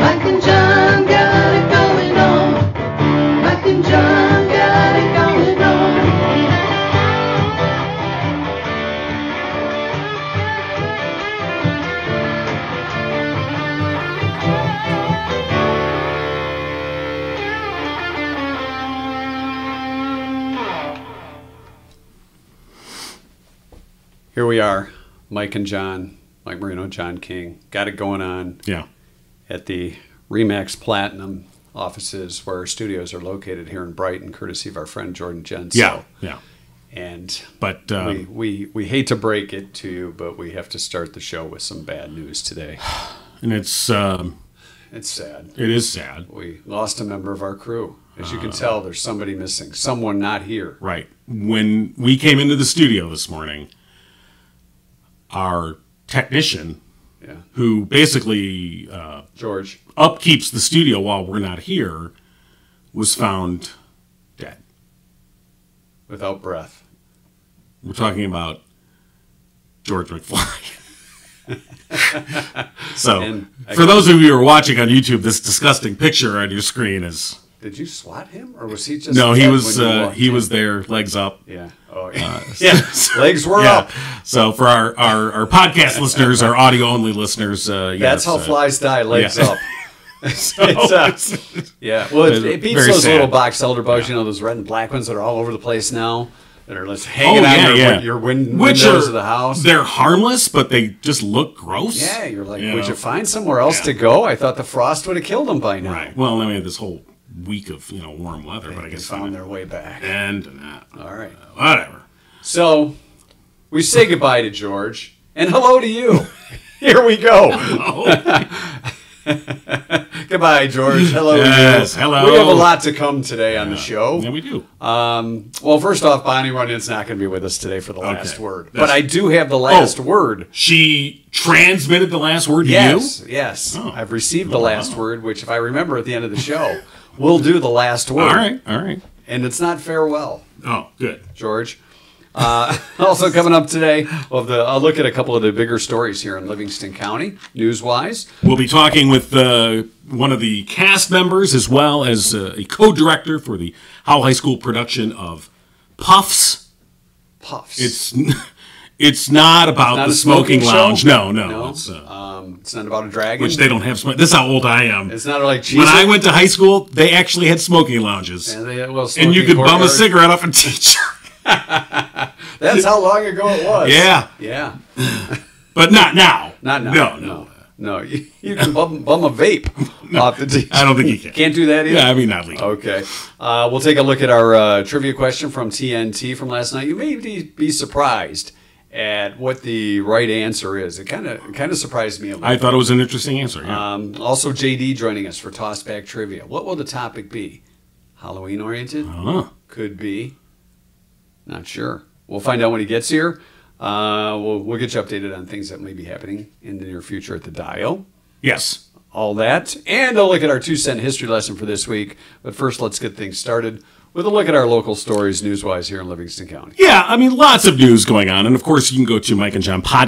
Mike and John got it going on. Mike and John got it going on. Here we are, Mike and John, Mike Marino, John King. Got it going on Yeah. at the Remax Platinum offices where our studios are located here in Brighton, courtesy of our friend Jordan Jensen. Yeah. Yeah. And But um, we, we, we hate to break it to you, but we have to start the show with some bad news today. and it's um, It's sad. it is sad. We lost a member of our crew. As you can Uh. tell, there's somebody missing, someone not here. Right. When we came into the studio this morning, our technician, Yeah. who basically uh, George, upkeeps the studio while we're not here, was found dead. without breath. We're talking about George McFly. so, And I- for those of you who are watching on YouTube, this disgusting picture on your screen is Did you swat him, or was he just no. He dead was when you uh, walked he in? was there, legs up. Yeah. Oh, yeah. yeah. Legs were yeah. up. So for our, our, our podcast listeners, our audio only listeners, uh, That's yes, how uh, flies die. Legs yeah. up. It's, uh, yeah. Well, it, Very it beats those sad. little box elder bugs. You know those red and black ones that are all over the place now. That are just hanging Oh, on yeah, your, yeah. your win- Which windows are- of the house. They're harmless, but they just look gross. Yeah, you're like, Yeah. would you find somewhere else to go? I thought the frost would have killed them by now. Right. Well, I mean, this whole week of you know warm weather, but I They guess found found their way back. and that. All right. Whatever. So we say goodbye to George and hello to you. Here we go. Oh, goodbye, George. Hello. to you. Yes, hello. We have a lot to come today on the show. yeah, we do. Um, well, first off, Bonnie Runyon's not going to be with us today for the last word, but That's- I do have the Oh. last word. She transmitted the last word to Yes, yes, Oh. I've received the last word, which, if I remember at the end of the show, we'll do the last you. word. All right. All right. and it's not farewell, Oh, good. George. Uh, also coming up today, of the I'll look at a couple of the bigger stories here in Livingston County, news-wise. We'll be talking with uh, one of the cast members as well as uh, a co-director for the Howell High School production of Puffs. Puffs. It's it's not about not the a smoking smoking, show? lounge. No, no. No? It's, uh, um, it's not about a dragon. which they don't have. Sm- this is how old I am. it's not like cheese. When I went to high school, they actually had smoking lounges, and, they- well, and you smoking could bum a courtyard. cigarette off a teacher. That's how long ago it was. yeah, yeah. but not now. Not now. No, no. No, you, you can bum, bum a vape off the teacher. I don't think you can. Can't do that either. Yeah, I mean not legal. Okay. Uh, we'll take a look at our uh, trivia question from TNT from last night. You may be be surprised at what the right answer is. It kind of kind of surprised me a little. I thought it was an interesting answer. Yeah. um, also, JD joining us for Tossback Trivia. What will the topic be? Halloween oriented? I don't know. Could be. Not sure. We'll find out when he gets here. Uh, we'll, we'll get you updated on things that may be happening in the near future at the Dial. Yes. All that. And a look at our two cent history lesson for this week. But first, let's get things started with a look at our local stories news wise here in Livingston County. Yeah, I mean, lots of news going on. And of course, you can go to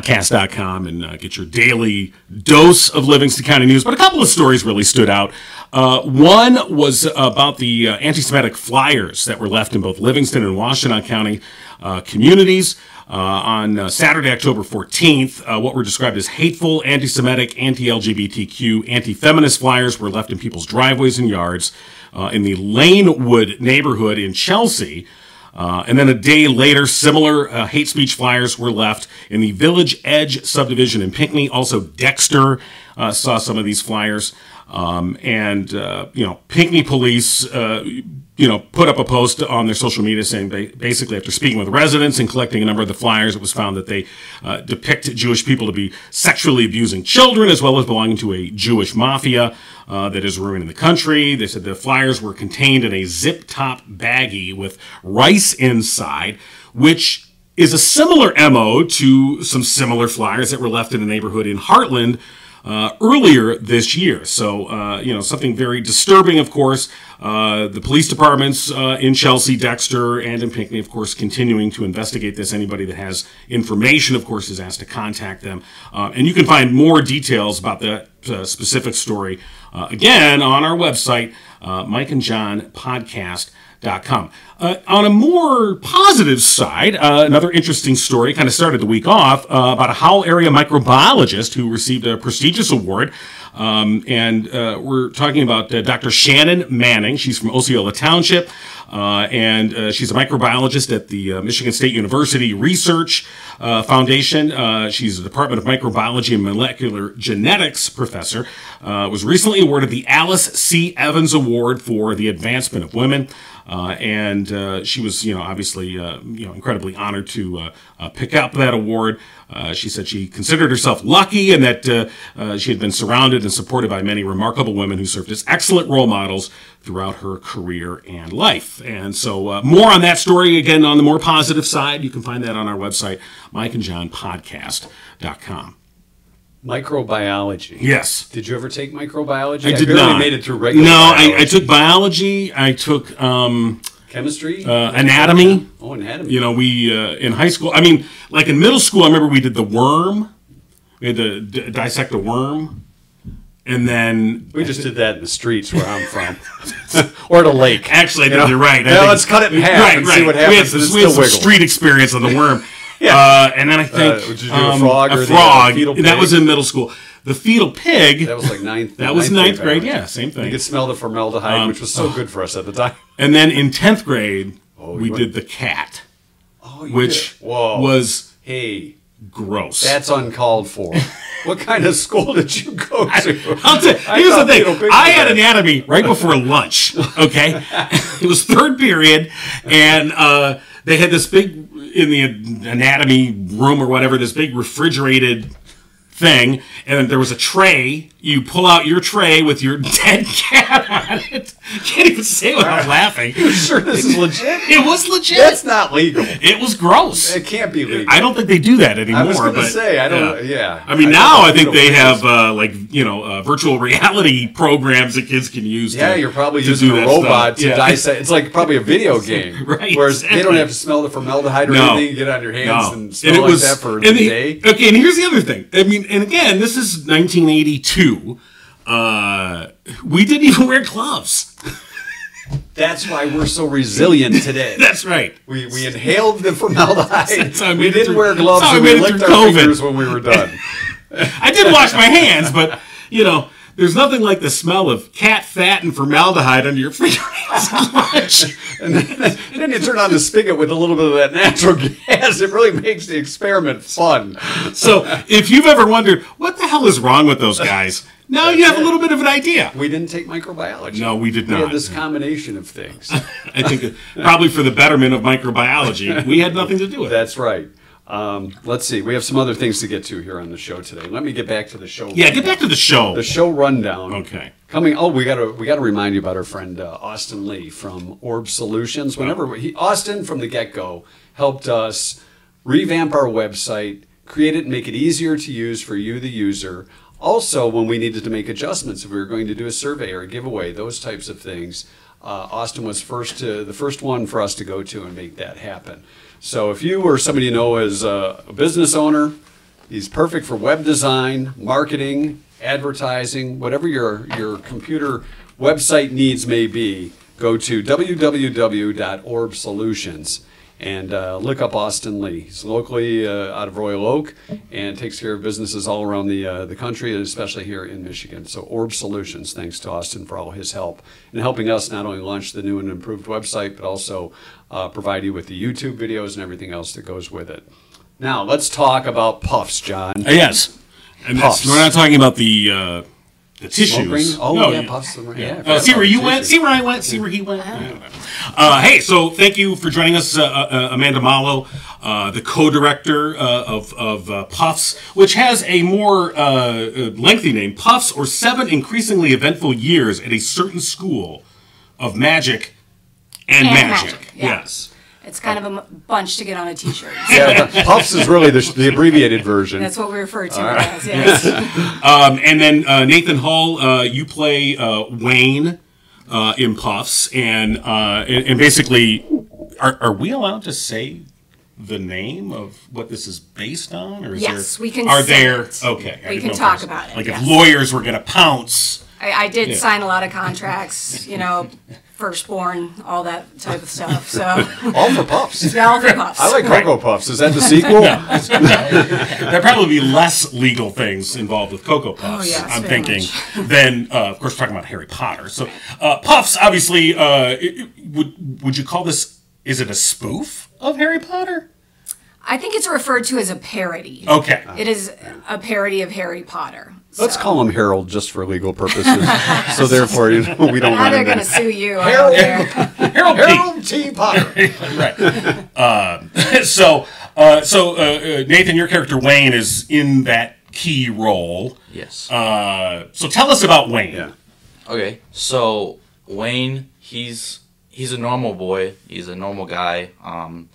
mikeandjohnpodcast.com and uh, get your daily dose of Livingston County news. But a couple of stories really stood out. Uh, one was about the uh, anti Semitic flyers that were left in both Livingston and Washtenaw County uh, communities. Uh, on uh, Saturday, October 14th, uh, what were described as hateful, anti Semitic, anti LGBTQ, anti feminist flyers were left in people's driveways and yards uh, in the Lanewood neighborhood in Chelsea. Uh, and then a day later, similar uh, hate speech flyers were left in the Village Edge subdivision in Pinckney. Also, Dexter uh, saw some of these flyers. Um, and, uh, you know, Pinckney police, uh, you know, put up a post on their social media saying ba- basically after speaking with residents and collecting a number of the flyers, it was found that they uh, depict Jewish people to be sexually abusing children as well as belonging to a Jewish mafia uh, that is ruining the country. They said the flyers were contained in a zip top baggie with rice inside, which is a similar MO to some similar flyers that were left in the neighborhood in Heartland. uh, earlier this year. So, uh, you know, something very disturbing, of course. Uh, the police departments uh, in Chelsea, Dexter, and in Pinckney, of course, continuing to investigate this. Anybody that has information, of course, is asked to contact them. Uh, and you can find more details about that uh, specific story uh, again on our website, uh, Mike and John Podcast. Com. Uh, on a more positive side, uh, another interesting story kind of started the week off uh, about a Howell area microbiologist who received a prestigious award. Um, and uh, we're talking about uh, Dr. Shannon Manning. She's from Osceola Township, uh, and uh, she's a microbiologist at the uh, Michigan State University Research uh, Foundation. Uh, she's a Department of Microbiology and Molecular Genetics professor. Uh, was recently awarded the Alice C. Evans Award for the Advancement of Women. Uh, and uh, she was, you know, obviously, uh, you know, incredibly honored to uh, uh, pick up that award. Uh, she said she considered herself lucky and that uh, uh, she had been surrounded and supported by many remarkable women who served as excellent role models throughout her career and life. And so, uh, more on that story again on the more positive side. You can find that on our website, mikeandjohnpodcast.com. Microbiology. Yes. Did you ever take microbiology? I did barely not. made it through regular. No, I, I biology. took biology. I took um, chemistry, uh, anatomy. oh anatomy. You know, we uh, in high school. I mean, like in middle school, I remember we did the worm. We had to d- dissect a worm, and then we just did that in the streets where I'm from, or at a lake. actually, I You think know? you're right. I Now think- let's cut it in half Right, and right. see what We had, happens. some- and it's we had still some wiggle. street experience on the worm. Yeah. uh, and then I think um, did you do a frog or the, uh, frog. fetal that pig? was in middle school. The fetal pig. That was like ninth. That was ninth grade. Um, biology. Yeah, same You thing. could smell the formaldehyde, which was so good for us at the time. And then in tenth grade, we went- did the cat, Oh, you which did. Whoa. was hey, gross. that's uncalled for. what kind of school did you go to? I'll tell I here's the thought thing. fetal pig I was had bad. anatomy right before lunch. Okay, it was third period, and uh, they had this big in the anatomy room or whatever. This big refrigerated thing, and there was a tray. You pull out your tray with your dead cat on it. Can't even say it without laughing. sure this is legit. It was legit. That's not legal. it was gross. It can't be legal. I don't think they do that anymore. I was going to but say, I don't. Yeah. I mean, now I think fetal they pig have was- uh, like you know uh, virtual reality programs that kids can use. to- Yeah, you're probably to using do a that robot stuff. to Yeah. dissect. It's like probably a video game, Right, Whereas they don't exactly. have to smell the formaldehyde or No. anything. You get on your hands No. and smell like that for the and the- day. Okay, and here's the other thing. I mean, and again, this is 1982. Uh, we didn't even wear gloves. That's why we're so resilient today. That's right. We, we inhaled the formaldehyde. That's how I made we it didn't through- wear gloves. that's how I and we made it licked through our COVID. fingers when we were done. I did wash my hands, but you know, there's nothing like the smell of cat fat and formaldehyde under your fingernails. and then, then you turn on the spigot with a little bit of that natural gas. It really makes the experiment fun. So if you've ever wondered what the hell is wrong with those guys, now you have a little bit of an idea. We didn't take microbiology. No, we did We not. had this combination of things. I think probably for the betterment of microbiology, we had nothing to do with it. That's right. Um, let's see. We have some other things to get to here on the show today. Let me get back to the show. Yeah, get back to the show. the show rundown. Oh. Okay. Coming. Oh, we gotta we gotta remind you about our friend uh, Austin Lee from Orb Solutions. Whenever he, Austin from the get go helped us revamp our website, create it, and make it easier to use for you, the user. Also, when we needed to make adjustments, if we were going to do a survey or a giveaway, those types of things, uh, Austin was first to the first one for us to go to and make that happen. So, if you or somebody you know is uh, a business owner, He's perfect for web design, marketing, advertising, whatever your, your computer website needs may be. Go to www.orbsolutions and uh, look up Austin Lee. He's locally uh, out of Royal Oak and takes care of businesses all around the, uh, the country, and especially here in Michigan. So, Orb Solutions, thanks to Austin for all his help in helping us not only launch the new and improved website, but also uh, provide you with the YouTube videos and everything else that goes with it. Now let's talk about puffs, Uh, John. yes. And that's, Puffs. we're not talking about the uh, the tissues. ring? Oh, No, yeah, puffs and ring. Yeah, I forgot Uh, see about where the you went. tissues. See where I went. See where he went. Uh, hey, so thank you for joining us, uh, uh, Amanda Malo, uh, the co-director uh, of of uh, Puffs, which has a more uh, uh, lengthy name: Puffs or Seven Increasingly Eventful Years at a Certain School of Magic and, And Magic. Magic, yeah. Yes. It's kind of a m- bunch to get on a T-shirt. Yeah, the- Puffs is really the, the abbreviated version. That's what we refer to it as. Yes. Um, and then uh, Nathan Hall, uh, you play uh, Wayne uh, in Puffs, and uh, and, and basically, are, are we allowed to say the name of what this is based on? Or is Yes, there, we can Are say there? it. Okay, I We didn't can know if talk there's- about it, Like yes. if lawyers were going to pounce. I, I did sign a lot of contracts, you know, firstborn, all that type of stuff. So All for Puffs. all for puffs. I like Cocoa Puffs. Is that the sequel? There'd probably be less legal things involved with Cocoa Puffs, Oh, yes, I'm very thinking, than, uh, of course, talking about Harry Potter. So, uh, Puffs, obviously, uh, it- it- would, would you call this, is it a spoof of Harry Potter? I think it's referred to as a parody. Oh. Okay. It is a parody of Harry Potter. Let's call him Harold just for legal purposes. so therefore, you know, we don't Now want they're him going to to. sue you. I don't care. Harold Peak. Harold T. Potter. Right. um, so, uh, so uh, uh, Nathan, your character Wayne is in that key role. Yes. Uh, so tell us about Wayne. Yeah. Okay, so Wayne, he's he's a normal boy. He's a normal guy, um,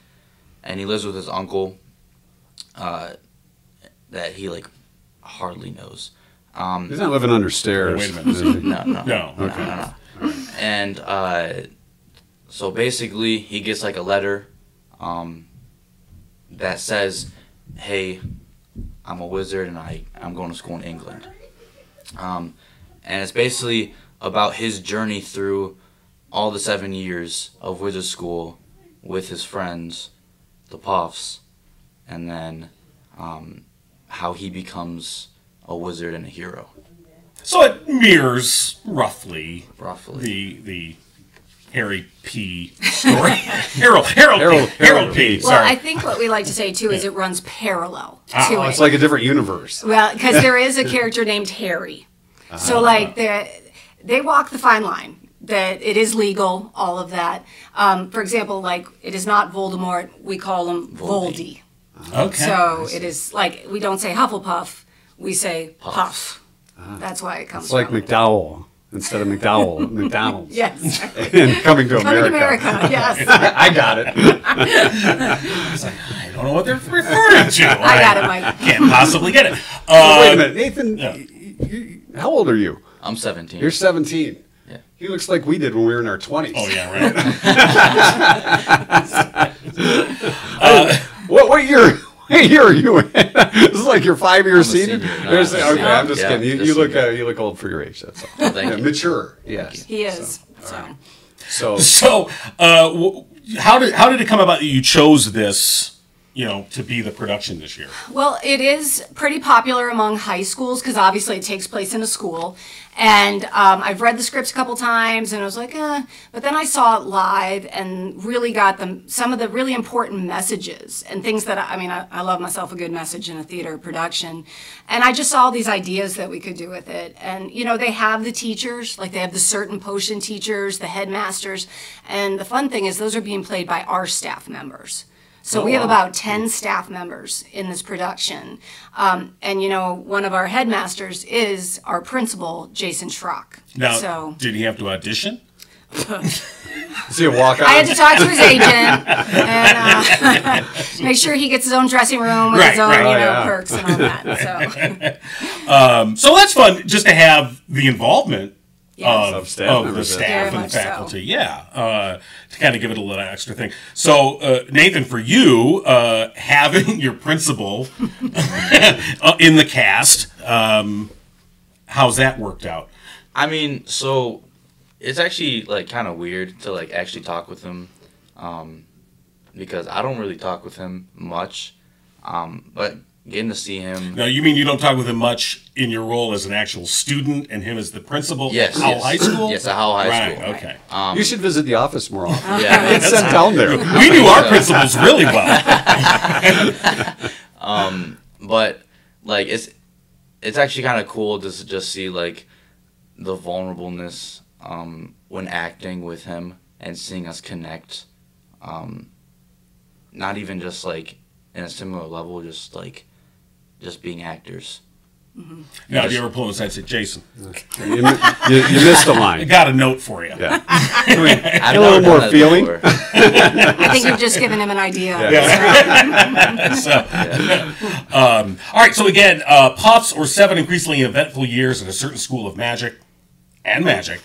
and he lives with his uncle, uh, that he like hardly knows. Um, He's not living under stairs. Wait a minute. is he? no, no, No. Okay. and uh, so basically he gets like a letter um, that says hey i'm a wizard and I, i'm going to school in england um, and it's basically about his journey through all the seven years of wizard school with his friends the puffs and then um, how he becomes a wizard and a hero So it mirrors roughly roughly the the Harry P story. Harold Harold Harold- Harold, P. Harold Harold P. P. Well, Sorry. I think what we like to say too is it runs parallel to oh, it. Ah, It's like a different universe. Well, because there is a character named Harry. So like the, they walk the fine line that it is legal, all of that. Um, for example, like it is not Voldemort, we call him Voldy. okay. So it is like we don't say Hufflepuff, we say Puff. Ah. That's why it comes It's like from. McDowell instead of McDowell, McDonald's. Yes, And coming to coming to America. America. Yes, I got it. Uh, I don't know what they're referring to. I got it, Mike. Can't possibly get it. Wait a Uh, minute, Nathan. y- y- y- How old are you? i'm 17 You're 17. Yeah. He looks like we did when we were in our 20s. oh yeah, right. What, what year? What year are you in? this is like your five year senior. senior. No, There's- I'm a okay, senior. I'm just Yeah, kidding. You, just you look uh, senior. Oh, you look old for your age. That's all. thank Yeah, you. Mature. Yes. He is. So So So uh, w- how did how did it come about that you chose this? You know, to be the production this year. Well, it is pretty popular among high schools because obviously it takes place in a school. And um, I've read the scripts a couple times, and I was like, eh. but then I saw it live and really got them some of the really important messages and things that I, I mean, I, I love myself a good message in a theater production, and I just saw all these ideas that we could do with it. And you know, they have the teachers, like they have the certain potion teachers, the headmasters, and the fun thing is those are being played by our staff members. So we have about 10 staff members in this production. Um, and, you know, one of our headmasters is our principal, Jason Schrock. Now, so did he have to audition? see a walk I had to on. talk to his agent and uh, make sure he gets his own dressing room with Right, his own, right. you Oh, know, yeah. perks and all that. So. So that's fun, just to have the involvement Yes. of, Of staff of the members, yeah. Very staff and the much so. faculty. Yeah, uh, to kind of give it a little extra thing. So, uh, Nathan, for you, uh, having your principal uh, in the cast, um, how's that worked out? I mean, so it's actually like kind of weird to like actually talk with him, um, because I don't really talk with him much, um, but getting to see him, Now, you mean you don't talk with him much in your role as an actual student and him as the principal? Yes, Howell yes. High School? Yes, at Howell High right, School. Uh, okay. You should visit the office more often. yeah, Get sent down there. We knew uh, our principals really well. but like it's it's actually kind of cool just to just see like the vulnerableness um, when acting with him and seeing us connect um, not even just like in a similar level just like just being actors Now, do you ever pull inside and say, Jason, You, you, you missed the I line. got a note for you? Yeah. I've A little never done more that feeling. before. I Um, think you've just given him an idea. um, All right, so again, uh, puffs or seven increasingly eventful years in a certain school of magic and magic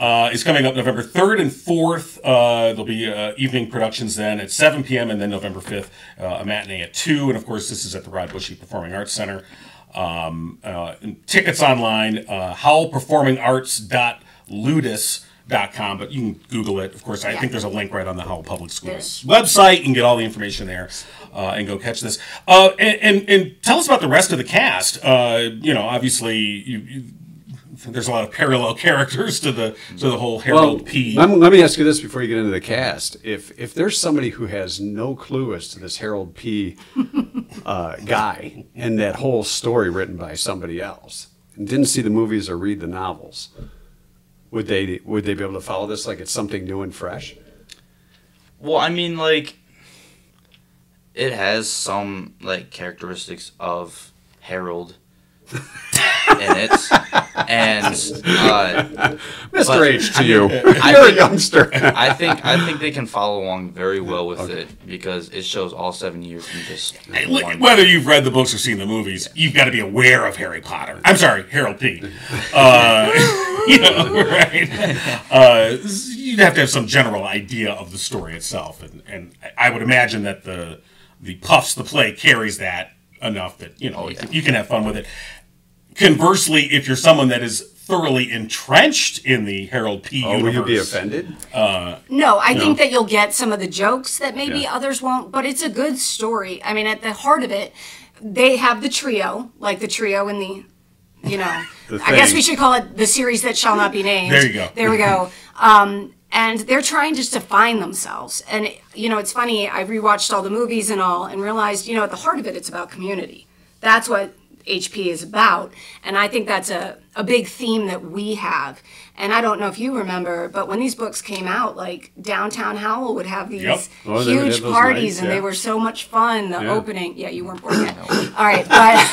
uh, is coming up November 3rd and 4th. Uh, there'll be uh, evening productions then at 7 p.m. and then November 5th, uh, a matinee at 2. And of course, this is at the Rod Bushy Performing Arts Center. Um, uh, and tickets online, uh, howlperformingarts.ludus.com, but you can Google it. Of course, I think there's a link right on the Howell Public Schools website. You can get all the information there uh, and go catch this. Uh, and, and, and tell us about the rest of the cast. Uh, you know, obviously, you, you, there's a lot of parallel characters to the to the whole Harold P. Let me, let me ask you this before you get into the cast. If if there's somebody who has no clue as to this Harold P. Uh, guy and that whole story written by somebody else, and didn't see the movies or read the novels, would they would they be able to follow this like it's something new and fresh? Well, I mean, like, it has some like characteristics of Harold in it, and uh, Mr. But- H to you, I you're a think- youngster. I think I think they can follow along very well with it because it shows all seven years from just Hey, look, one. whether you've read the books or seen the movies, you've got to be aware of Harry Potter. I'm sorry, Harold P. Uh, you know, right? Uh, you'd have to have some general idea of the story itself, and, and I would imagine that the the puffs the play carries that enough that Oh, you know you, can, you can have fun with it. Conversely, if you're someone that is thoroughly entrenched in the Harold P. Oh, will universe, you be offended? No, I think that you'll get some of the jokes that maybe others won't, but it's a good story. I mean, at the heart of it, they have the trio, like the trio in the, you know, The I guess thing. we should call it the series that shall not be named. There you go. There we go. Um, and they're trying just to find themselves. And, you know, it's funny, I rewatched all the movies and all and realized, you know, at the heart of it, it's about community. That's what HP is about. And I think that's a, a big theme that we have. And I don't know if you remember, but when these books came out, like Downtown Howell would have these Yep. Oh, they would have huge those parties, nights, and yeah. they were so much fun. The Yeah. opening, yeah, you weren't born yet. All right, but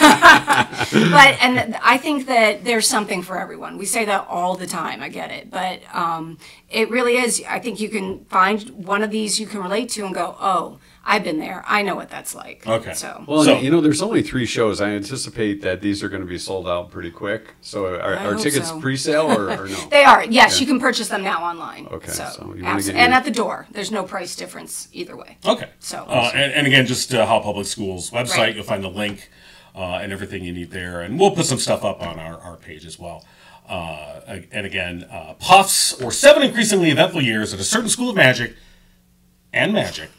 but and I think that there's something for everyone. We say that all the time. I get it, but um, it really is. I think you can find one of these you can relate to and go, oh, I've been there. I know what that's like. Okay. So Well, So- and, you know, there's only three shows. I anticipate that these are going to be sold out pretty quick. So, are, are hope tickets so. pre-sale or, or no? they are. Yes, you can purchase them now online. Okay, So, so you wanna abs- get and your- at the door, there's no price difference either way. Okay. So- uh, and, and again, just uh, Howell Public Schools website, Right. you'll find the link uh, and everything you need there, and we'll put some stuff up on our, our page as well. Uh, a- and again, uh, puffs or seven increasingly eventful years at a certain school of magic and magic.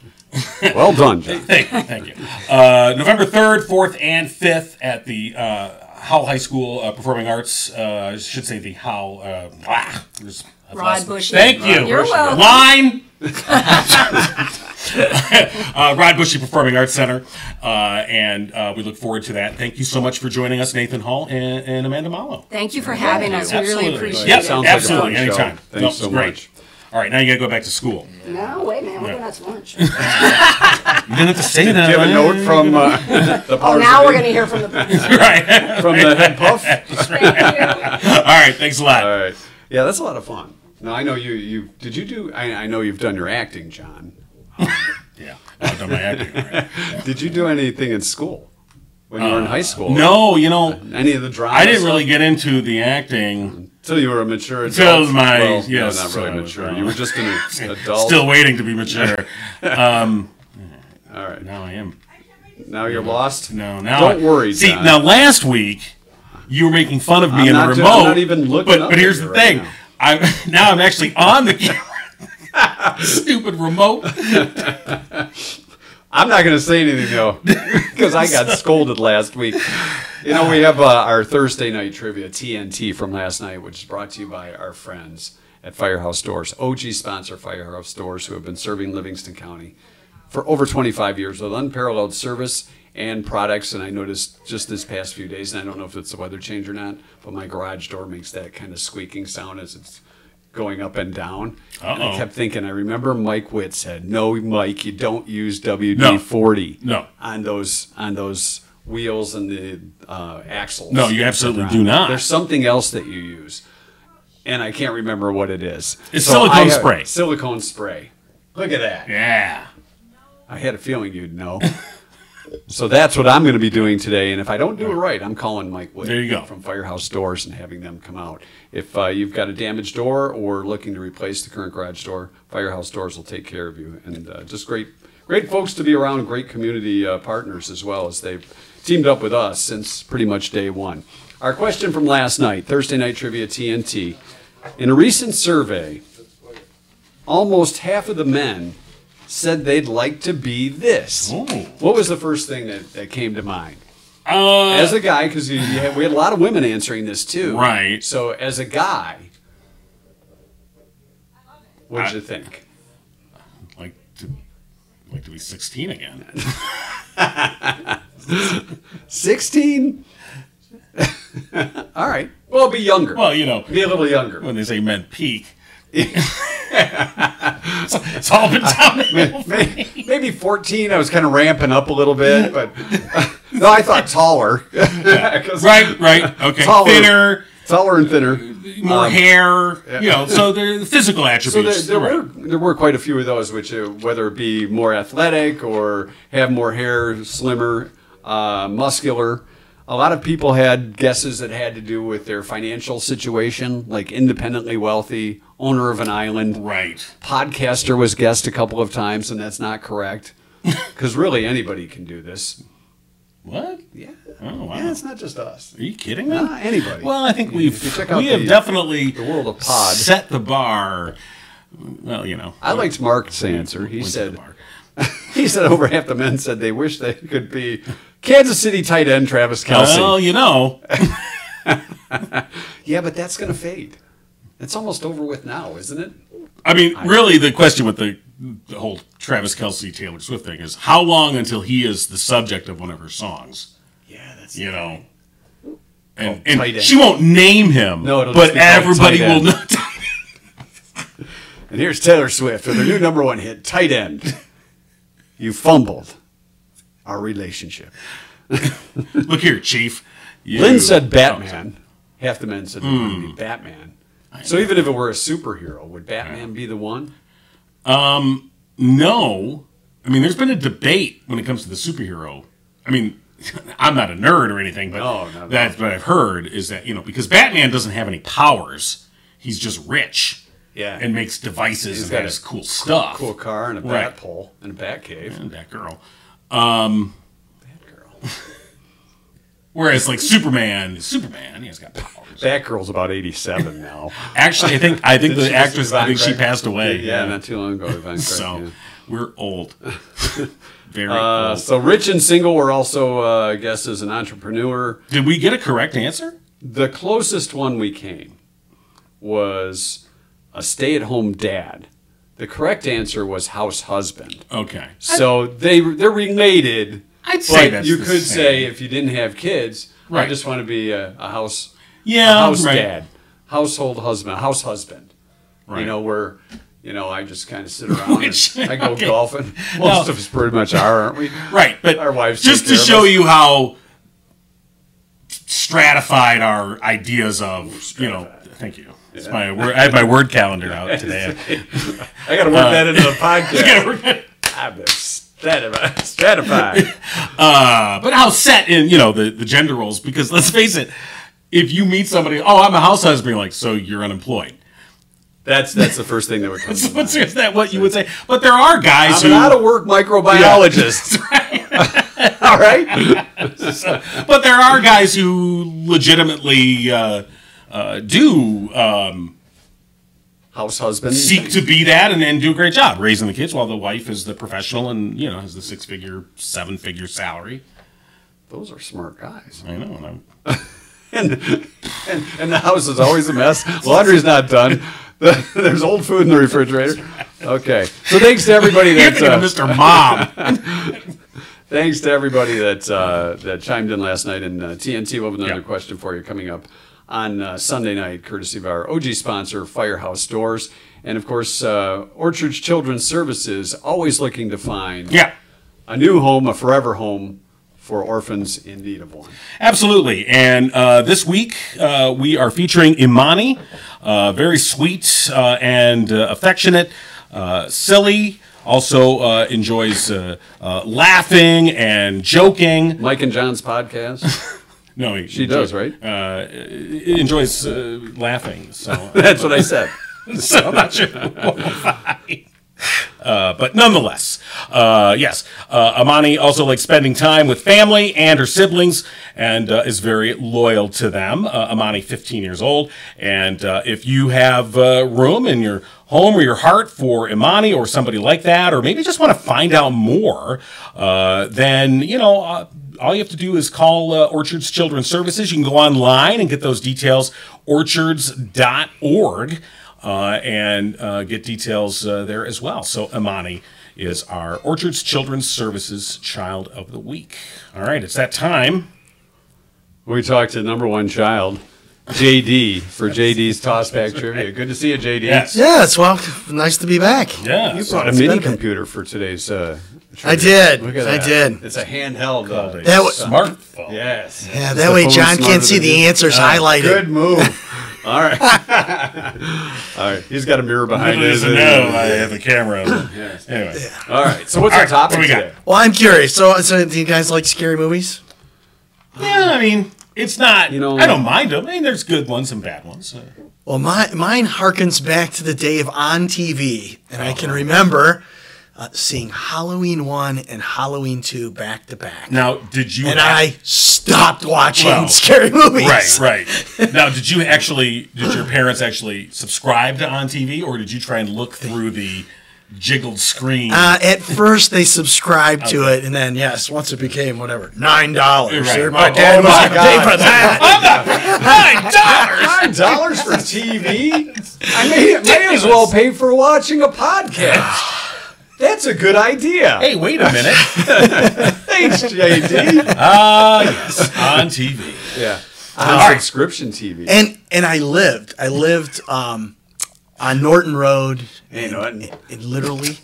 Well done, John. Thank you. Thank you. Uh, November 3rd, 4th, and 5th at the uh, Howell High School uh, Performing Arts. Uh, I should say the Howell. Uh, ah, there's- I've Rod lost it. Bushy. Thank you. You're welcome. Line. uh, Rod Bushy Performing Arts Center. Uh, and uh, we look forward to that. Thank you so much for joining us, Nathan Hall and, and Amanda Mallow. Thank you for having us. We really appreciate Yep, it. Sounds like a fun absolutely. show. Anytime. Thanks Nope, it's so great. much. All right, now you got to go back to school. No, wait, man, we're going out to lunch. You didn't have to say that. Do you have a note from uh, the Oh, powers now that we're be? going to hear from the. right. from the head puff. Thank you. All right, thanks a lot. All right. Yeah, that's a lot of fun. Now I know you. You did you do? I, I know you've done your acting, John. Yeah, I've done my acting. all right. Did you do anything in school when you were in high school? Uh, No, you know, Any of the drama? I didn't really stuff? get into the acting. until you were a mature. Till adult. my- well, no, yes, not I really was mature. wrong. You were just an adult. Still waiting to be mature. Um, All right. Now I am. Now you're lost. No, now Don't I- worry, See, John. now last week you were making fun of me I'm in not the do- remote. I'm not even looking But up but at here's you the right thing. now. I'm now I'm actually on the camera. Stupid remote. I'm not going to say anything though, because I got scolded last week. You know, we have uh, our Thursday night trivia TNT from last night, which is brought to you by our friends at Firehouse Doors, OG sponsor Firehouse Doors, who have been serving Livingston County for over 25 years with unparalleled service and products. And I noticed just this past few days, and I don't know if it's the weather change or not, but my garage door makes that kind of squeaking sound as it's going up and down. And I Uh-oh. kept thinking, I remember Mike Witt said, "No, Mike, you don't use WD-40 No. on those on those wheels and the uh, axles. No, you absolutely do not. There's something else that you use, and I can't remember what it is. It's silicone I- spray. Silicone spray. Look at that. Yeah. I had a feeling you'd know. so that's what I'm going to be doing today. And if I don't do it right, I'm calling Mike Wood There you go. from Firehouse Doors and having them come out. If uh, you've got a damaged door or looking to replace the current garage door, Firehouse Doors will take care of you. And uh, just great, great folks to be around. Great community uh, partners as well as they've teamed up with us since pretty much day one. Our question from last night, Thursday night trivia TNT. In a recent survey, almost half of the men said they'd like to be this. Ooh. What was the first thing that, that came to mind? Uh, As a guy, because you, you had, we had a lot of women answering this too. Right. So, as a guy, what'd you think? like to like to be 16 again. 16? All right. Well, be younger. Well, you know, be a little younger. when they say men peak, it's, it's all been downhill. May- maybe 14 i was kind of ramping up a little bit but no i thought taller 'Cause right, right. Okay. Taller. Thinner, taller and thinner more hair, you know, so they're the physical Um, so there, attributes. there Right. were there were quite a few of those which uh, whether it be more athletic or have more hair slimmer uh, muscular a lot of people had guesses that had to do with their financial situation like independently wealthy owner of an island Right. podcaster was guest a couple of times and that's not correct because really anybody can do this What? yeah Oh, wow. Yeah, it's not just us. Are you kidding me? Nah, anybody. Well, I think If we've you check out we have the- definitely the world of pod. set the bar. Well, you know, I liked Mark's answer. He went to the said bar. he said over half the men said they wish they could be Kansas City tight end Travis Kelsey. Well, you know, yeah, but that's gonna fade. It's almost over with now, isn't it? I mean, really, the question with the, the whole Travis Kelsey Taylor Swift thing is how long until he is the subject of one of her songs? Yeah, that's You know, and, Oh, tight and end. she won't name him. No, it'll just but be called everybody tight will end. know. And here's Taylor Swift with her new number one hit, tight end. You fumbled our relationship. Look here, Chief. You- Lynn said Oh, sorry. Batman. Hmm. Half the men said they wanted to be Batman. So even if it were a superhero, would Batman be the one? No. I mean, there's been a debate when it comes to the superhero. I mean, I'm not a nerd or anything, but No, no, no. that's what I've heard is that, you know, because Batman doesn't have any powers, he's just rich. Yeah. And makes devices He's and got has a cool stuff. Cool car and a bat Right. pole and a bat cave. And that girl. Um, Whereas, like, Superman is Superman. He's got powers. Batgirl's about 87 now. Actually, I think I think Didn't she the just actress, Yvonne I think she Craig? passed away. yeah, not too long ago. If I'm correct, So yeah. we're old. Very Uh, old. so rich and single were also, uh, I guess, as an entrepreneur. Did we get a correct answer? The closest one we came was a stay-at-home dad. The correct answer was house husband. Okay. So they they're related. I'd say But that's you the could same. say if you didn't have kids, I Right. just want to be a, a house Yeah, house right. dad, household husband, house husband. Right. You know, where you know I just kind of sit around. Which- and I go okay. golfing. Most No. of us pretty much are, aren't we? Right, but Our wives just take to care of show us. you how stratified our ideas of, you know, thank you. It's my word, I had my word calendar out today. Uh, I got to work that into the podcast. I've been stratified. stratified. Uh, but how set in, you know, the, the gender roles because let's face it, if you meet somebody, oh, I'm a house husband, you're like, so you're unemployed. That's that's the first thing that would come to But mind. is that what you would say? But there are guys I'm an who out of work microbiologist. All right. but there are guys who legitimately uh, uh, do um, House husband. seek to be that and then do a great job raising the kids while the wife is the professional and you know has the six figure seven figure salary Those are smart guys. i know and i'm and, and, and the house is always a mess. Laundry's not done. There's old food in the refrigerator. Okay. So thanks to everybody you're that thinking of uh, mr mom thanks to everybody that uh, that chimed in last night. And uh, TNT will have another Yeah. question for you coming up on uh, Sunday night, courtesy of our OG sponsor, Firehouse Doors, and of course uh, Orchards Children's Services, always looking to find yeah a new home, a forever home for orphans in need of one. Absolutely. And uh, this week, uh, we are featuring Imani, uh, very sweet uh, and uh, affectionate, uh, silly, also uh, enjoys uh, uh, laughing and joking. Mike and John's podcast. No, he- She does, right? Enjoys uh, laughing. So That's what I said. so I'm not sure why. Uh, but nonetheless, uh, yes, uh, Amani also likes spending time with family and her siblings and uh, is very loyal to them. Uh, Amani, 15 years old. And uh, if you have uh, room in your home or your heart for Imani or somebody like that, or maybe just want to find out more, uh, then, you know, uh, all you have to do is call uh, Orchards Children's Services. You can go online and get those details, orchards.org uh, and uh, get details uh, there as well. So Imani is our Orchards Children's Services Child of the Week. All right, it's that time. We talked to number one child, JD, for JD's Toss Back Trivia. Good to see you, JD. Yes, well, nice to be back. yeah. You so- brought a It's mini been a bit. computer for today's. Uh, I trivia. did. Look at I that. did. It's a handheld. Uh, That was- smartphone. yes. Yeah, the that way phone John smarter can't see than the you? answers highlighted. Good move. All right. All right. He's got a mirror behind Literally his. doesn't know I have a camera. Anyway. All right. So what's our All right, topic what we got? today? Well, I'm curious. So, so do you guys like scary movies? Yeah, I mean, it's not. You know- I don't mind them. I mean, there's good ones and bad ones. Uh, Well, my, mine harkens back to the day of on TV, and I can remember uh, seeing Halloween 1 and Halloween 2 back to back. Now, did you? And have- I stopped watching Well, scary movies. Right, right. Now, did you actually? Did your parents actually subscribe to on TV, or did you try and look through the jiggled screen? Uh, at first, they subscribed to it, and then, yes, once it became whatever, $9. Right. They're My Oh, dad oh was my gonna pay for that. Nine Five dollars dollars. for TV? I may, may as well pay for watching a podcast. That's a good idea. Hey, wait a minute. Thanks, JD. Uh, Ah, yes, on TV. yeah. Uh, On subscription TV. and, and I lived. I lived um, on Norton Road, Hey, Norton. and literally.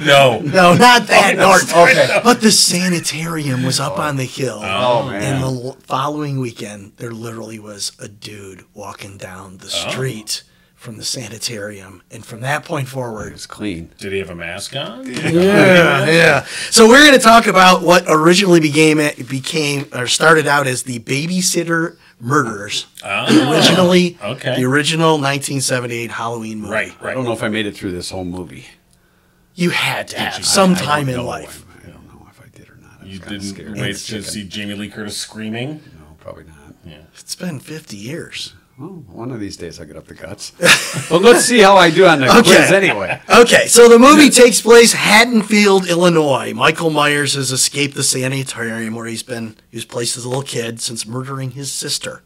No. No, not that Norton. But the sanitarium was up on the hill. Oh, man. And the l- following weekend, there literally was a dude walking down the street from the sanitarium. And from that point forward, It's clean. Did he have a mask on? yeah, yeah. So we're going to talk about what originally became it became or started out as the babysitter murders. Uh, originally, Oh, okay. the original 1978 Halloween movie. Right, I right. don't know if I made it through this whole movie. You had to have you? some I- I time don't in know. life. I don't know if I did or not. I was You kinda didn't scared. wait It's to chicken. see Jamie Lee Curtis screaming. No, probably not. It's been 50 years. Well, one of these days I'll get up the guts. but let's see how I do on the quiz anyway. Okay, so the movie takes place Haddonfield, Illinois. Michael Myers has escaped the sanitarium where he's been he was placed as a little kid since murdering his sister.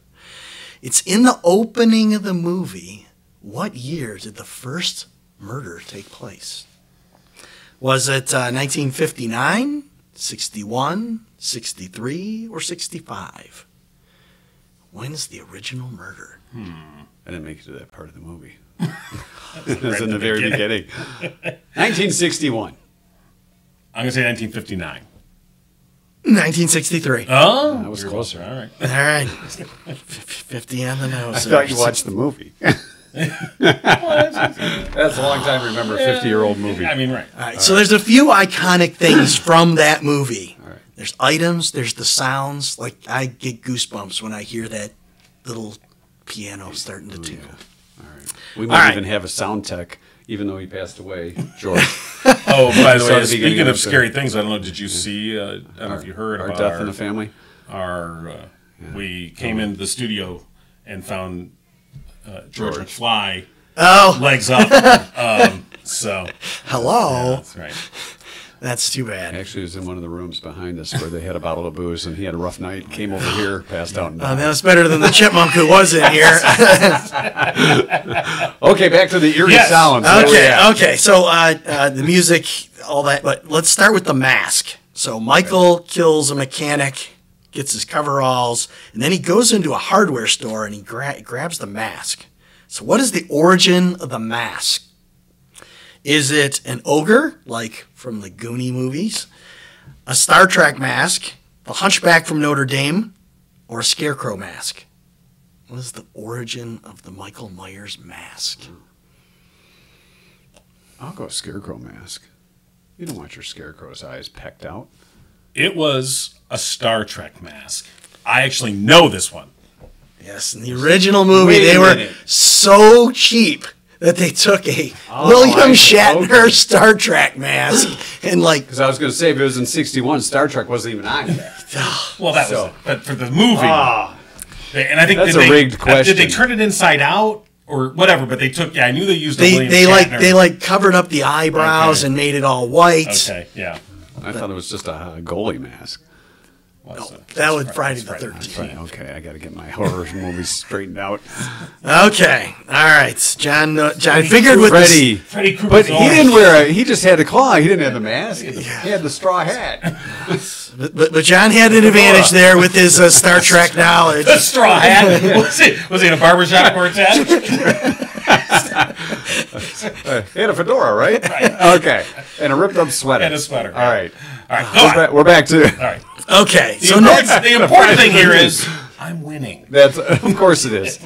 It's in the opening of the movie. What year did the first murder take place? Was it uh, 1959, 61, 63, or 65? When's the original murder? I didn't make it to that part of the movie. it was in the very beginning. 1961. I'm gonna say 1959. 1963. Oh, That was you're closer. All right. All right. 50 on the nose. I thought you watched the movie. That's a long time to remember a 50 year old movie. I mean, right. All right, so there's a few iconic things from that movie. There's items, there's the sounds. Like I get goosebumps when I hear that little piano starting to tune. We might right. even have a sound tech, even though he passed away, George. Oh, by the Saw the way, beginning speaking of of it, so- scary things, I don't know. Did you see? Uh, I don't know if you heard Our about death our, in the Oh. family. our uh, we came into the studio and found uh, George McFly Oh, legs up. um, so hello. that's right. That's too bad. Actually, it was in one of the rooms behind us where they had a bottle of booze and he had a rough night, came over here, passed out. And Uh, died. that was better than the chipmunk who was in here. okay, back to the eerie Yes. Uh, sounds. There we okay, are. okay. So uh, uh, the music, all that, but let's start with the mask. So Michael kills a mechanic, gets his coveralls, and then he goes into a hardware store and he gra- grabs the mask. So what is the origin of the mask? Is it an ogre, like from the Goonie movies? a Star Trek mask, the Hunchback from Notre Dame, or a Scarecrow mask? What is the origin of the Michael Myers mask? I'll go scarecrow mask. You don't want your scarecrow's eyes pecked out. It was a Star Trek mask. I actually know this one. Yes, in the original movie, Wait a they were minute. so cheap that they took a William Oh, I see. Shatner Okay. Star Trek mask and like Because I was going to say, if it was in 61, Star Trek wasn't even on yet. Well, that So- Ah. was it. But for the movie, they- and I think That's did a they, uh, rigged Did they question. turn it inside out or whatever? But they took. Yeah, I knew they used. a they William they like Shatner. they like covered up the eyebrows Okay. and made it all white. Okay, yeah. I thought it was just a uh, goalie mask. Well, so- That was that's Friday the that's Friday. Thirteenth. Right, okay, I got to get my horror movies straightened out. Okay, all right, John. Uh, John figured with this- Freddy. Freddy Krueger's But he orange. didn't wear a. He just had a claw. He didn't have the mask. He had the straw hat. but, but- but John had an advantage there with his uh, Star Trek knowledge. The straw hat. was it? Was it a barbershop quartet? He had a fedora, right? Okay. And a ripped up sweater. And a sweater. Uh, All right. All right, We're, go on. back, we're back to. All right. Okay, The, so important, next the important thing here is I'm winning. That's of course it is.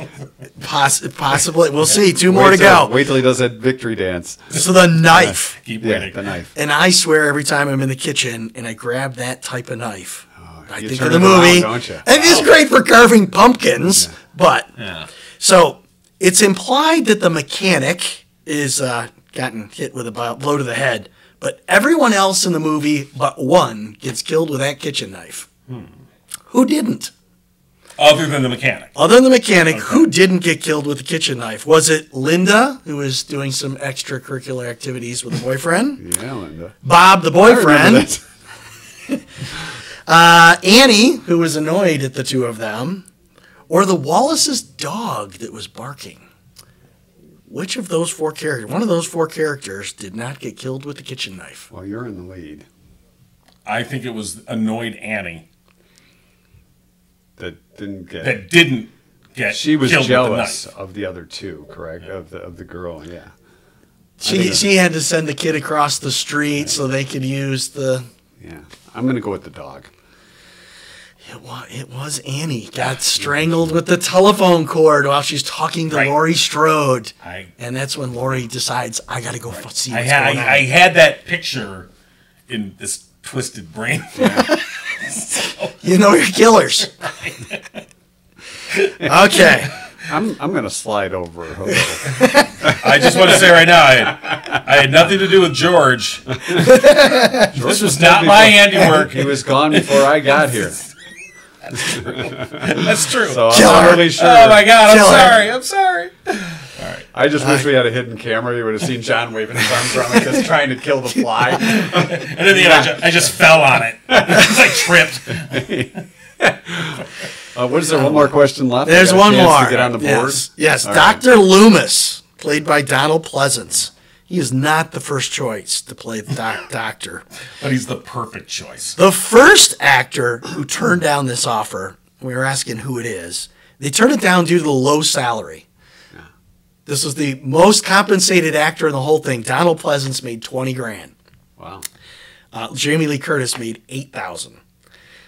poss- possibly we'll see. Two more wait to till, go. Wait till he does that victory dance. So the knife. Keep Yeah, winning. the knife. And I swear every time I'm in the kitchen and I grab that type of knife, I Oh, you think turn of it the around, movie. don't you? And it's great for carving pumpkins, but Yeah. so it's implied that the mechanic is uh, gotten hit with a bo- blow to the head, but everyone else in the movie but one gets killed with that kitchen knife. Hmm. Who didn't? Other than the mechanic. Other than the mechanic, who didn't get killed with the kitchen knife? Was it Linda, who was doing some extracurricular activities with a boyfriend? Yeah, Linda. Bob, the Remember boyfriend? that? Annie, who was annoyed at the two of them, or the Wallace's dog that was barking? Which of those four characters, one of those four characters, did not get killed with the kitchen knife? Well, you're in the lead. I think it was annoyed Annie That didn't get. that didn't get she was killed jealous with of the other two, correct? Of the of the girl, yeah. She, she had to send the kid across the street so they could use the. Yeah. I'm gonna go with the dog. It was, it was Annie. Got strangled with the telephone cord while she's talking to Right. Laurie Strode. the knife. and that's when Laurie decides, I gotta go f- see I, I, what's had, going on. I, I had that picture in this twisted brain. you know your killers. okay. I'm I'm gonna slide over. a little. I just want to say right now, I had, I had nothing to do with George. this was not my handiwork. he was gone before I got here, That's true. so I'm Killer. not really sure. oh my God! I'm Killer. sorry. I'm sorry. I just wish we had a hidden camera. You would have seen John waving his arms around like this, trying to kill the fly. And then the end, I, ju- I just fell on it. It's like tripped. Uh, what is there? One more question left. I There's got a one chance more. to get on the board. Yes, yes. All right. Dr. Loomis, played by Donald Pleasance. He is not the first choice to play the doc- doctor. But he's the perfect choice. The first actor who turned down this offer, we were asking who it is, they turned it down due to the low salary. This was the most compensated actor in the whole thing. Donald Pleasance made 20 grand. Wow. Uh, Jamie Lee Curtis made 8,000.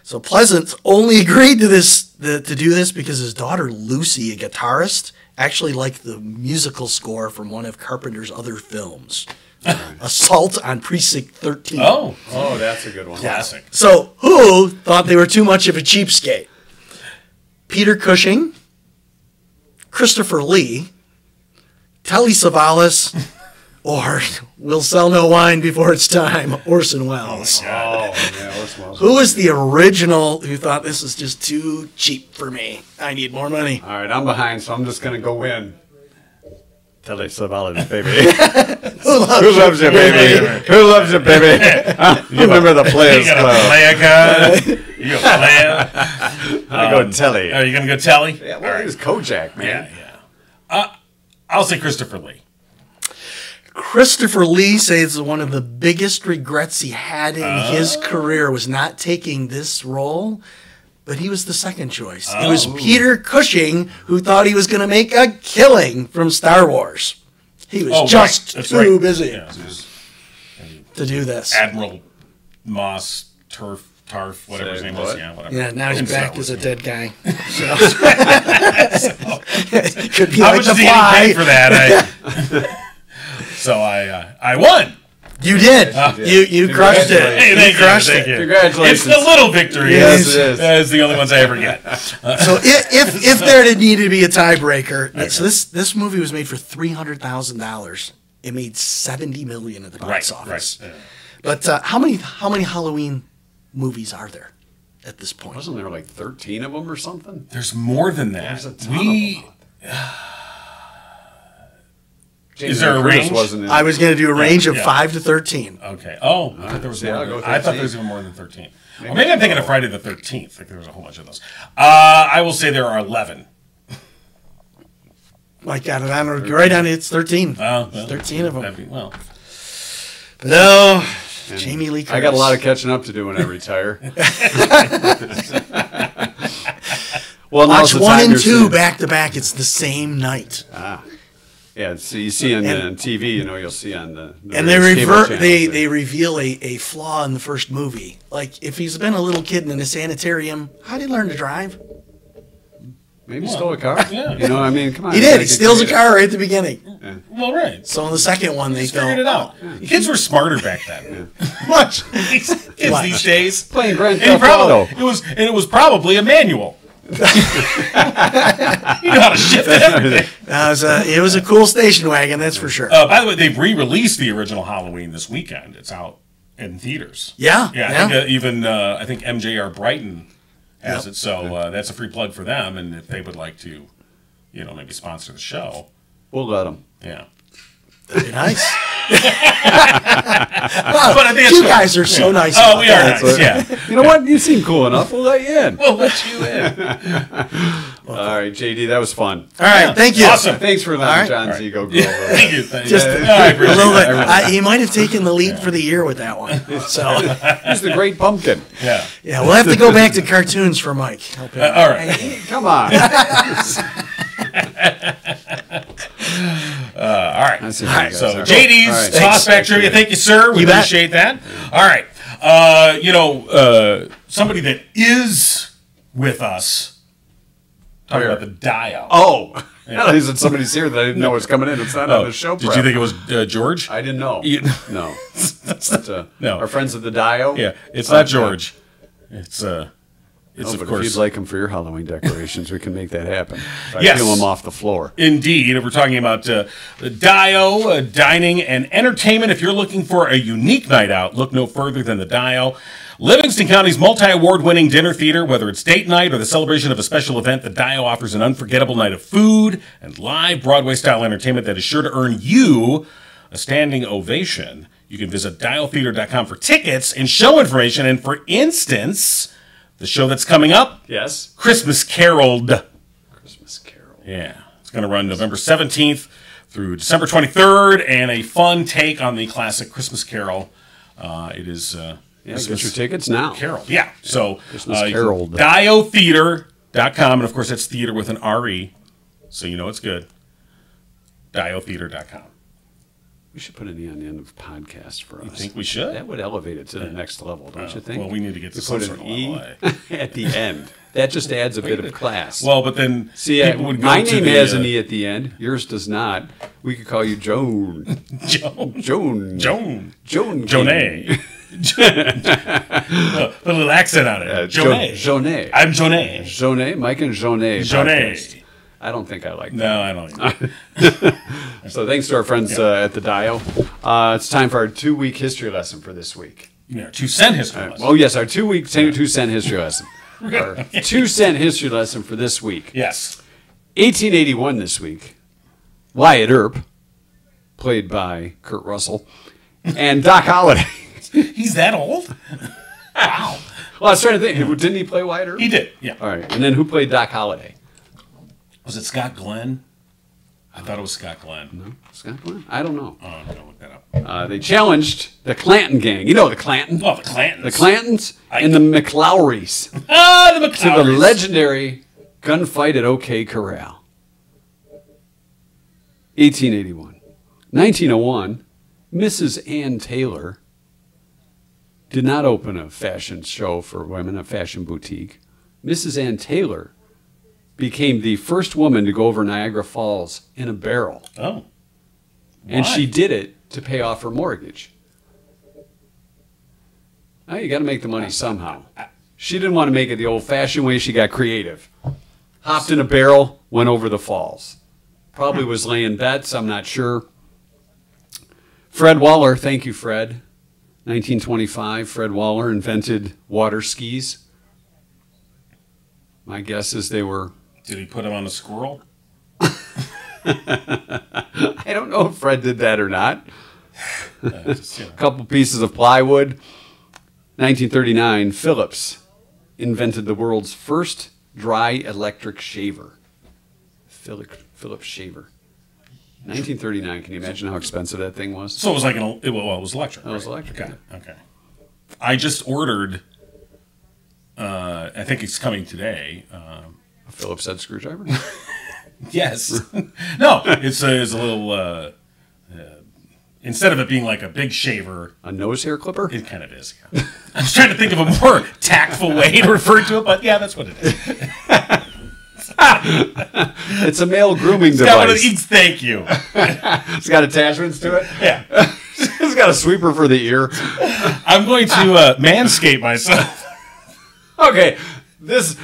So Pleasance only agreed to this the, to do this because his daughter Lucy, a guitarist, actually liked the musical score from one of Carpenter's other films, uh, Assault on Precinct 13. Oh, Oh, that's a good one. classic. So who thought they were too much of a cheapskate? Peter Cushing, Christopher Lee, Telly Savalas, or We'll Sell No Wine Before It's Time, Orson Welles. Oh, yeah. Orson Welles. Who was the original who thought this is just too cheap for me? I need more money. All right, I'm behind, so I'm just gonna go win. Telly Savalas, baby. Who loves you, baby? Who loves you, baby? you remember the You Players got a Club? player card. You got a player. I go Telly. Are you gonna go Telly? Yeah, All well, right. he was Kojak, man. Yeah, yeah. Uh, I'll say Christopher Lee. Christopher Lee says one of the biggest regrets he had in Uh-huh. his career was not taking this role, but he was the second choice. It was Oh. Peter Cushing who thought he was going to make a killing from Star Wars. He was Oh, right. just That's too right. busy Yeah, it was to do this. Admiral Moss Turf, Tarf, whatever his Say name was. what? Yeah, whatever. Yeah, now he's Himself. back as a dead guy. So. Could be How like much the is he getting paid for fly. that? I, so I, uh, I won. You did. you you crushed it. Hey, thank you, crushed thank it. you. Congratulations. It's the little victory. Yes, it is. That is the only ones I ever get. So if, if if there did need to be a tiebreaker, so this this movie was made for three hundred thousand dollars. It made seventy million at the box Right, office. right. But uh, how many how many Halloween movies are there at this point? Wasn't there like 13 of them or something? There's more than that. There's a ton we, of them. Jamie Is there a Lee Curtis range? Wasn't in I was going to do a range of yeah. five to thirteen. Okay. Oh, I thought there was Yeah, more. I'll Than, go I thought 13. there was even more than thirteen. Maybe, maybe I'm thinking of Friday the Thirteenth. Like there was a whole bunch of those. Uh, I will say there are eleven. Like I don't know, right on it's thirteen. Uh, It's thirteen of them. That'd be, well, But no, Jamie Lee. Curtis. I got a lot of catching up to do when I retire. well, now's Watch the one time and you're two seeing- back to back. It's the same night, Yeah, so you see on, And- uh, TV, you know, you'll see on the. the and they various cable revert. channels They that- they reveal a, a flaw in the first movie. Like if he's been a little kid in a sanitarium, how did he learn to drive? maybe stole a car. Yeah. You know, I mean, come on. He you did. gotta He get steals a creative. car right at the beginning. well, right. So in the second one, they Figured it go out. Kids were smarter back then. much. Kids What? these days. Playing Grand And Theft Auto. probably, it was and it was probably a manual. you know how to shift it. everything. That was a, it was a cool station wagon, that's for sure. Uh, by the way, they've re-released the original Halloween this weekend. It's out in theaters. Yeah, yeah. I yeah. think uh, even uh, I think MJR Brighton has it, so uh, that's a free plug for them. And if they would like to, you know, maybe sponsor the show, We'll let him. yeah. Very nice. But I think it's You cool. guys are so nice. Oh, about we that. are nice. Yeah, You know what? You seem cool enough. We'll let you in. we'll let you in. All right, JD, that was fun. All right, thank you. Awesome. Thanks for letting right. John All right. Zigo go over. Thank you. Thank you. Just- Yeah, I A appreciate little it. bit. I, he might have taken the lead for the year with that one. So He's the great pumpkin. Yeah. yeah, we'll have to go back to cartoons for Mike. Help him. Uh, all right. Come on. All right. see how you guys So are. JD's All right. toss back trivia. Thank you, sir. We You bet. appreciate that. All right. Uh, you know, uh, somebody that is with us. Talking about the dial. Oh, he said somebody's here that I didn't know was coming in. It's not on the show. Oh. Did prep. you think it was uh, George? I didn't know. You- no. But, uh, No. Our friends at the Dio. yeah, it's not George. It's uh, it's uh, Oh, of but course. if you'd like them for your Halloween decorations, we can make that happen. If I Yes. peel them off the floor. Indeed, and we're talking about uh, Dio uh, dining and entertainment. If you're looking for a unique night out, look no further than the Dio. Livingston County's multi award winning dinner theater, whether it's date night or the celebration of a special event, the Dio offers an unforgettable night of food and live Broadway style entertainment that is sure to earn you a standing ovation. You can visit dialtheater.com for tickets and show information. And for instance, the show that's coming up, Yes. Christmas Caroled. Christmas Carol. Yeah, it's going to run November 17th through December 23rd, and a fun take on the classic Christmas Carol. Uh, it is uh, Yeah, get your tickets now. Carol. Yeah, so uh, Christmas you can- Carol. diotheater.com, and of course that's theater with an R-E, so you know it's good. Diotheater.com. We should put an E on the end of podcast for us. I think we should. That would elevate it to the next level, don't you think? Well, we need to get to We some put sort an of E level, eh? at the end. That just adds a bit of class. Well, but then See, I, people would go my to name the, has uh, an E at the end. Yours does not. We could call you Joan. Joan. Joan. Joan. Joan. Uh, Jonay. Put a little accent on it. Uh, Jo- Jonay. Jonay. I'm Jonay. Jonay. Mike and Jonay. Jonay. podcast. I don't think I like that. No, I don't. So thanks to our friends uh, at the Dio. Uh, it's time for our two-week history lesson for this week. you know, two cent history lesson. Oh yes, our two-week, two-cent history lesson. Our two-cent history lesson for this week. yes. 1881 this week, Wyatt Earp, played by Kurt Russell, and Doc Holliday. He's that old? wow. Well, I was trying to think. who- Didn't he play Wyatt Earp? He did. Yeah. All right. And then who played Doc Holliday? Was it Scott Glenn? I thought it was Scott Glenn. Scott Glenn? I don't know. Oh, I'm going to look that up. Uh, they challenged the Clanton gang. You know the Clanton? Oh, the Clantons. The Clantons I- and the McLowrys to Ah, the the McLeod's. legendary gunfight at OK Corral. oh 1881. 1901, Mrs. Ann Taylor did not open a fashion show for women, a fashion boutique. Mrs. Ann Taylor became the first woman to go over Niagara Falls in a barrel. Oh. And Why? she did it to pay off her mortgage. Now you got to make the money somehow. She didn't want to make it the old fashioned way. She got creative. Hopped in a barrel, went over the falls. Probably was laying bets, I'm not sure. Fred Waller, thank you, Fred. 1925, Fred Waller invented water skis. My guess is they were Did he put him on a squirrel? I don't know if Fred did that or not. Uh, just, you know. A couple pieces of plywood. 1939, Phillips invented the world's first dry electric shaver. Philip Phillips shaver. 1939. Can you imagine how expensive that thing was? So it was like an it, well, it was electric. It was electric, Okay. Okay. I just ordered. Uh, I think it's coming today. Uh, A Phillips head screwdriver. yes. no, it's a, it's a little. Uh, uh, instead of it being like a big shaver, A nose hair clipper. it kind of is. yeah. I was trying to think of a more tactful way to refer to it, but yeah, that's what it is. It's a male grooming That one device. is thank you. It's got attachments to it. Yeah. It's got a sweeper for the ear. I'm going to uh, manscape myself. Okay, this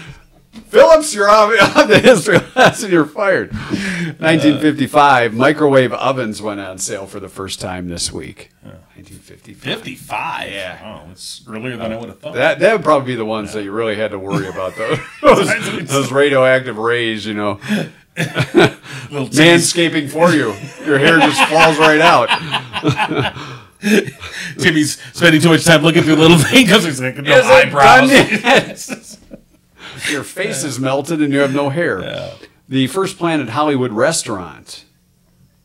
Phillips, you're on, on the history lesson. You're fired. 1955, microwave ovens went on sale for the first time this week. 1955. 55. Yeah. Oh, it's earlier than I would have thought. That that would probably be the ones that you really had to worry about those those, those radioactive rays. You know, little tease. manscaping for you. Your hair just falls right out. Timmy's spending too much time looking through little things because there's like no Is it eyebrows. done Your face is melted and you have no hair. The first Planet Hollywood restaurant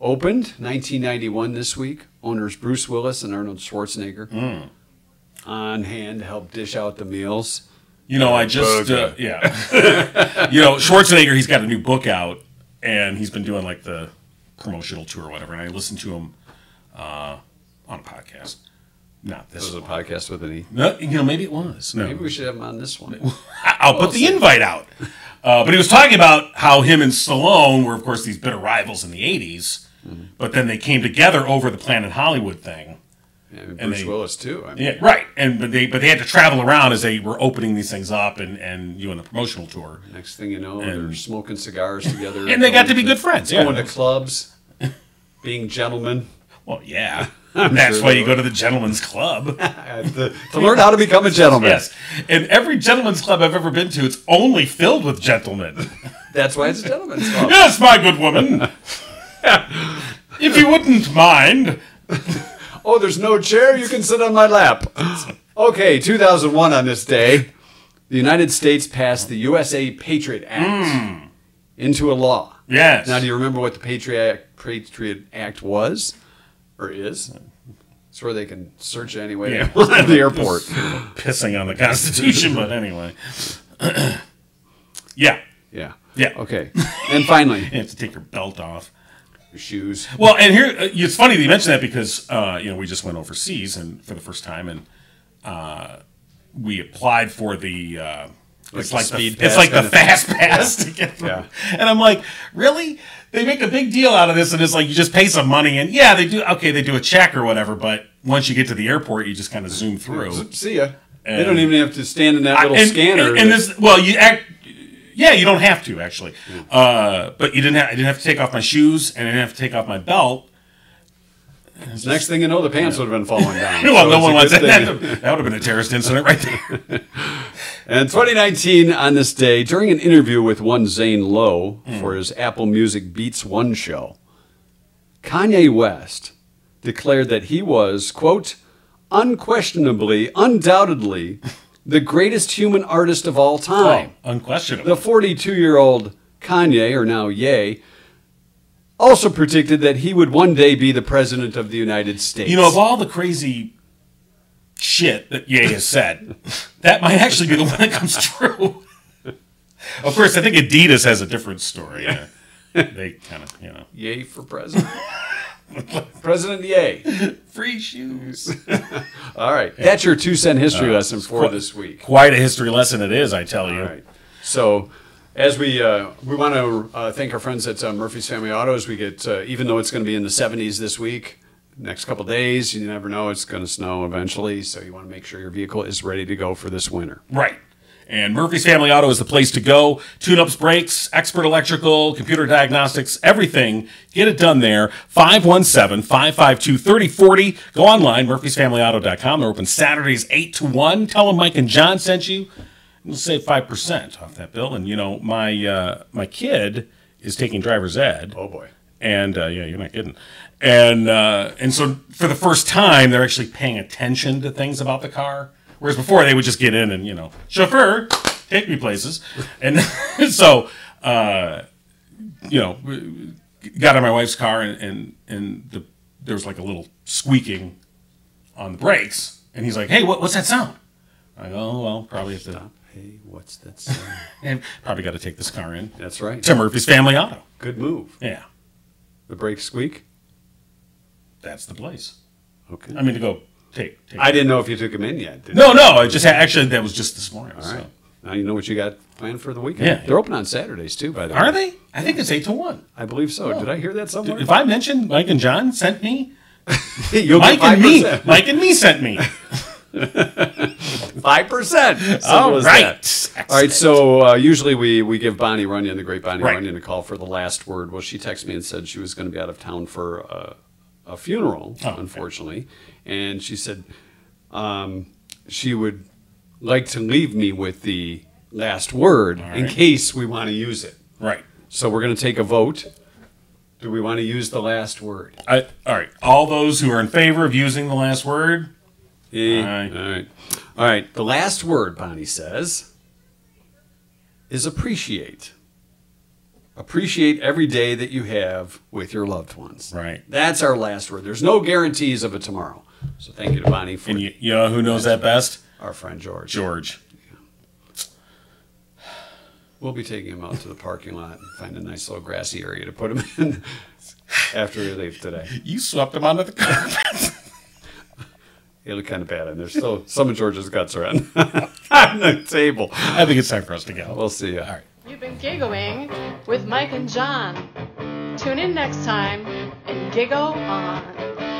opened 1991 this week. Owners Bruce Willis and Arnold Schwarzenegger Hmm. on hand to help dish out the meals. You know, I just uh, Burger. yeah. you know, Schwarzenegger, he's got a new book out, and he's been doing like the promotional tour or whatever. And I listened to him uh, on a podcast. Not This this is a one. podcast with an E. No, you know, maybe it was. No, Maybe we should have him on this one. I- I'll put the invite out. Uh, but he was talking about how him and Stallone were, of course, these bitter rivals in the '80s, but then they came together over the Planet Hollywood thing. And And Bruce they- Willis too. I mean, Yeah, right. And but they but they had to travel around as they were opening these things up and and you know, in the promotional tour. Next thing you know, And- they're smoking cigars together, And they got going to be good friends, yeah. going to clubs, being gentlemen. Well, yeah. That's sure why they you go to the gentleman's club. to learn how to become a gentleman. yes. And every gentleman's club I've ever been to, it's only filled with gentlemen. that's why it's a gentleman's club. yes, my good woman. if you wouldn't mind. Oh, there's no chair. You can sit on my lap. Okay, 2001 on this day, the United States passed the USA Patriot Act Hmm. into a law. Yes. Now, do you remember what the Patriot Act, Patriot Act was or is? It's where they can search anyway Yeah. at the airport. pissing on the Constitution, but anyway. yeah. Yeah. Yeah. Okay. And finally, You have to take your belt off. your shoes. Well, and here uh, it's funny that you mentioned that because uh, you know we just went overseas and for the first time, and uh, we applied for the. Uh, it's the like, speed the, it's pass like the kind of thing. fast pass to get through. Yeah. And I'm like, really? They make a big deal out of this, and it's like you just pay some money, and yeah, they do. Okay, they do a check or whatever, but once you get to the airport, you just kind of zoom through. See ya. they And- don't even have to stand in that little and, scanner. And, and that- this, well, you act. Yeah, you don't have to actually, Hmm. uh, but you didn't. Have, I didn't have to take off my shoes, and I didn't have to take off my belt. next thing you know, the pants would have been falling down. well, So it's no a one wants good that. thing. Oh. That would have been a terrorist incident right there. And 2019, on this day, during an interview with one Zane Lowe Hmm. for his Apple Music Beats One show, Kanye West declared that he was, quote, unquestionably, undoubtedly, the greatest human artist of all time. Oh. The Unquestionable. 42 year old Kanye, or now Ye, also predicted that he would one day be the president of the United States. You know, of all the crazy shit that Ye has said, that might actually be the one that comes true. of course, I think Adidas has a different story. Yeah. They kind of, you know. Ye for president. President Yay. Free shoes. All right. That's your two cent history Uh, lesson for quite- this week. Quite a history lesson it is, I tell you. All right. So, as we uh, we want to uh, thank our friends at uh, Murphy's Family Auto as we get, uh, even though it's going to be in the 70s this week, next couple days, you never know, it's going to snow eventually. So, you want to make sure your vehicle is ready to go for this winter. Right. And Murphy's Family Auto is the place to go. Tune ups, brakes, expert electrical, computer diagnostics, everything. Get it done there. 517 552 3040. Go online, murphysfamilyauto.com. They're open Saturdays 8 to 1. Tell them Mike and John sent you. You'll save 5% off that bill. And, you know, my uh, my kid is taking driver's ed. Oh, boy. And uh, yeah, you're not kidding. And uh, and so for the first time, they're actually paying attention to things about the car. Whereas before, they would just get in and you know, chauffeur, take me places. And so uh, you know, got in my wife's car and and and the, there was like a little squeaking on the brakes. And he's like, "Hey, what, what's that sound?" I go, "Oh well, probably have to, Hey, what's that sound? probably got to take this car in That's right. to Murphy's Family Auto." Good move. Yeah, The brakes squeak. that's the place. Okay. I mean, to go take. take I didn't know if you took them in yet. Did you? No, no. I just actually that was just this morning. All so. right. Now you know what you got planned for the weekend. Yeah. They're open on Saturdays too, by the way. Are they? I think it's eight to one. I believe so. Did I hear that somewhere? If I mentioned Mike and John sent me, You'll Mike get and me, 5%. Mike and me sent me. Five percent. All right. All right. So uh, usually we we give Bonnie Runyon, the great Bonnie Right. Runyon, a call for the last word. Well, she texted me and said she was going to be out of town for a, a funeral, Oh, okay. unfortunately, and she said um, she would like to leave me with the last word in right. case we want to use it. Right. So we're going to take a vote. Do we want to use the last word? I, all right. All those who are in favor of using the last word. Eh, Aye. All right. All right. The last word, Bonnie says, is appreciate. Appreciate every day that you have with your loved ones. Right. That's our last word. There's no guarantees of a tomorrow. So thank you to Bonnie for And you, you know who knows that best? our friend George. George. We'll be taking him out to the parking lot and find a nice little grassy area to put him in after we leave today. You swept him onto the carpet. He looked kind of bad, and there's still some of George's guts around on the table. I think it's time for us to go. We'll see you. All right. You've been giggling with Mike and John. Tune in next time and giggle on.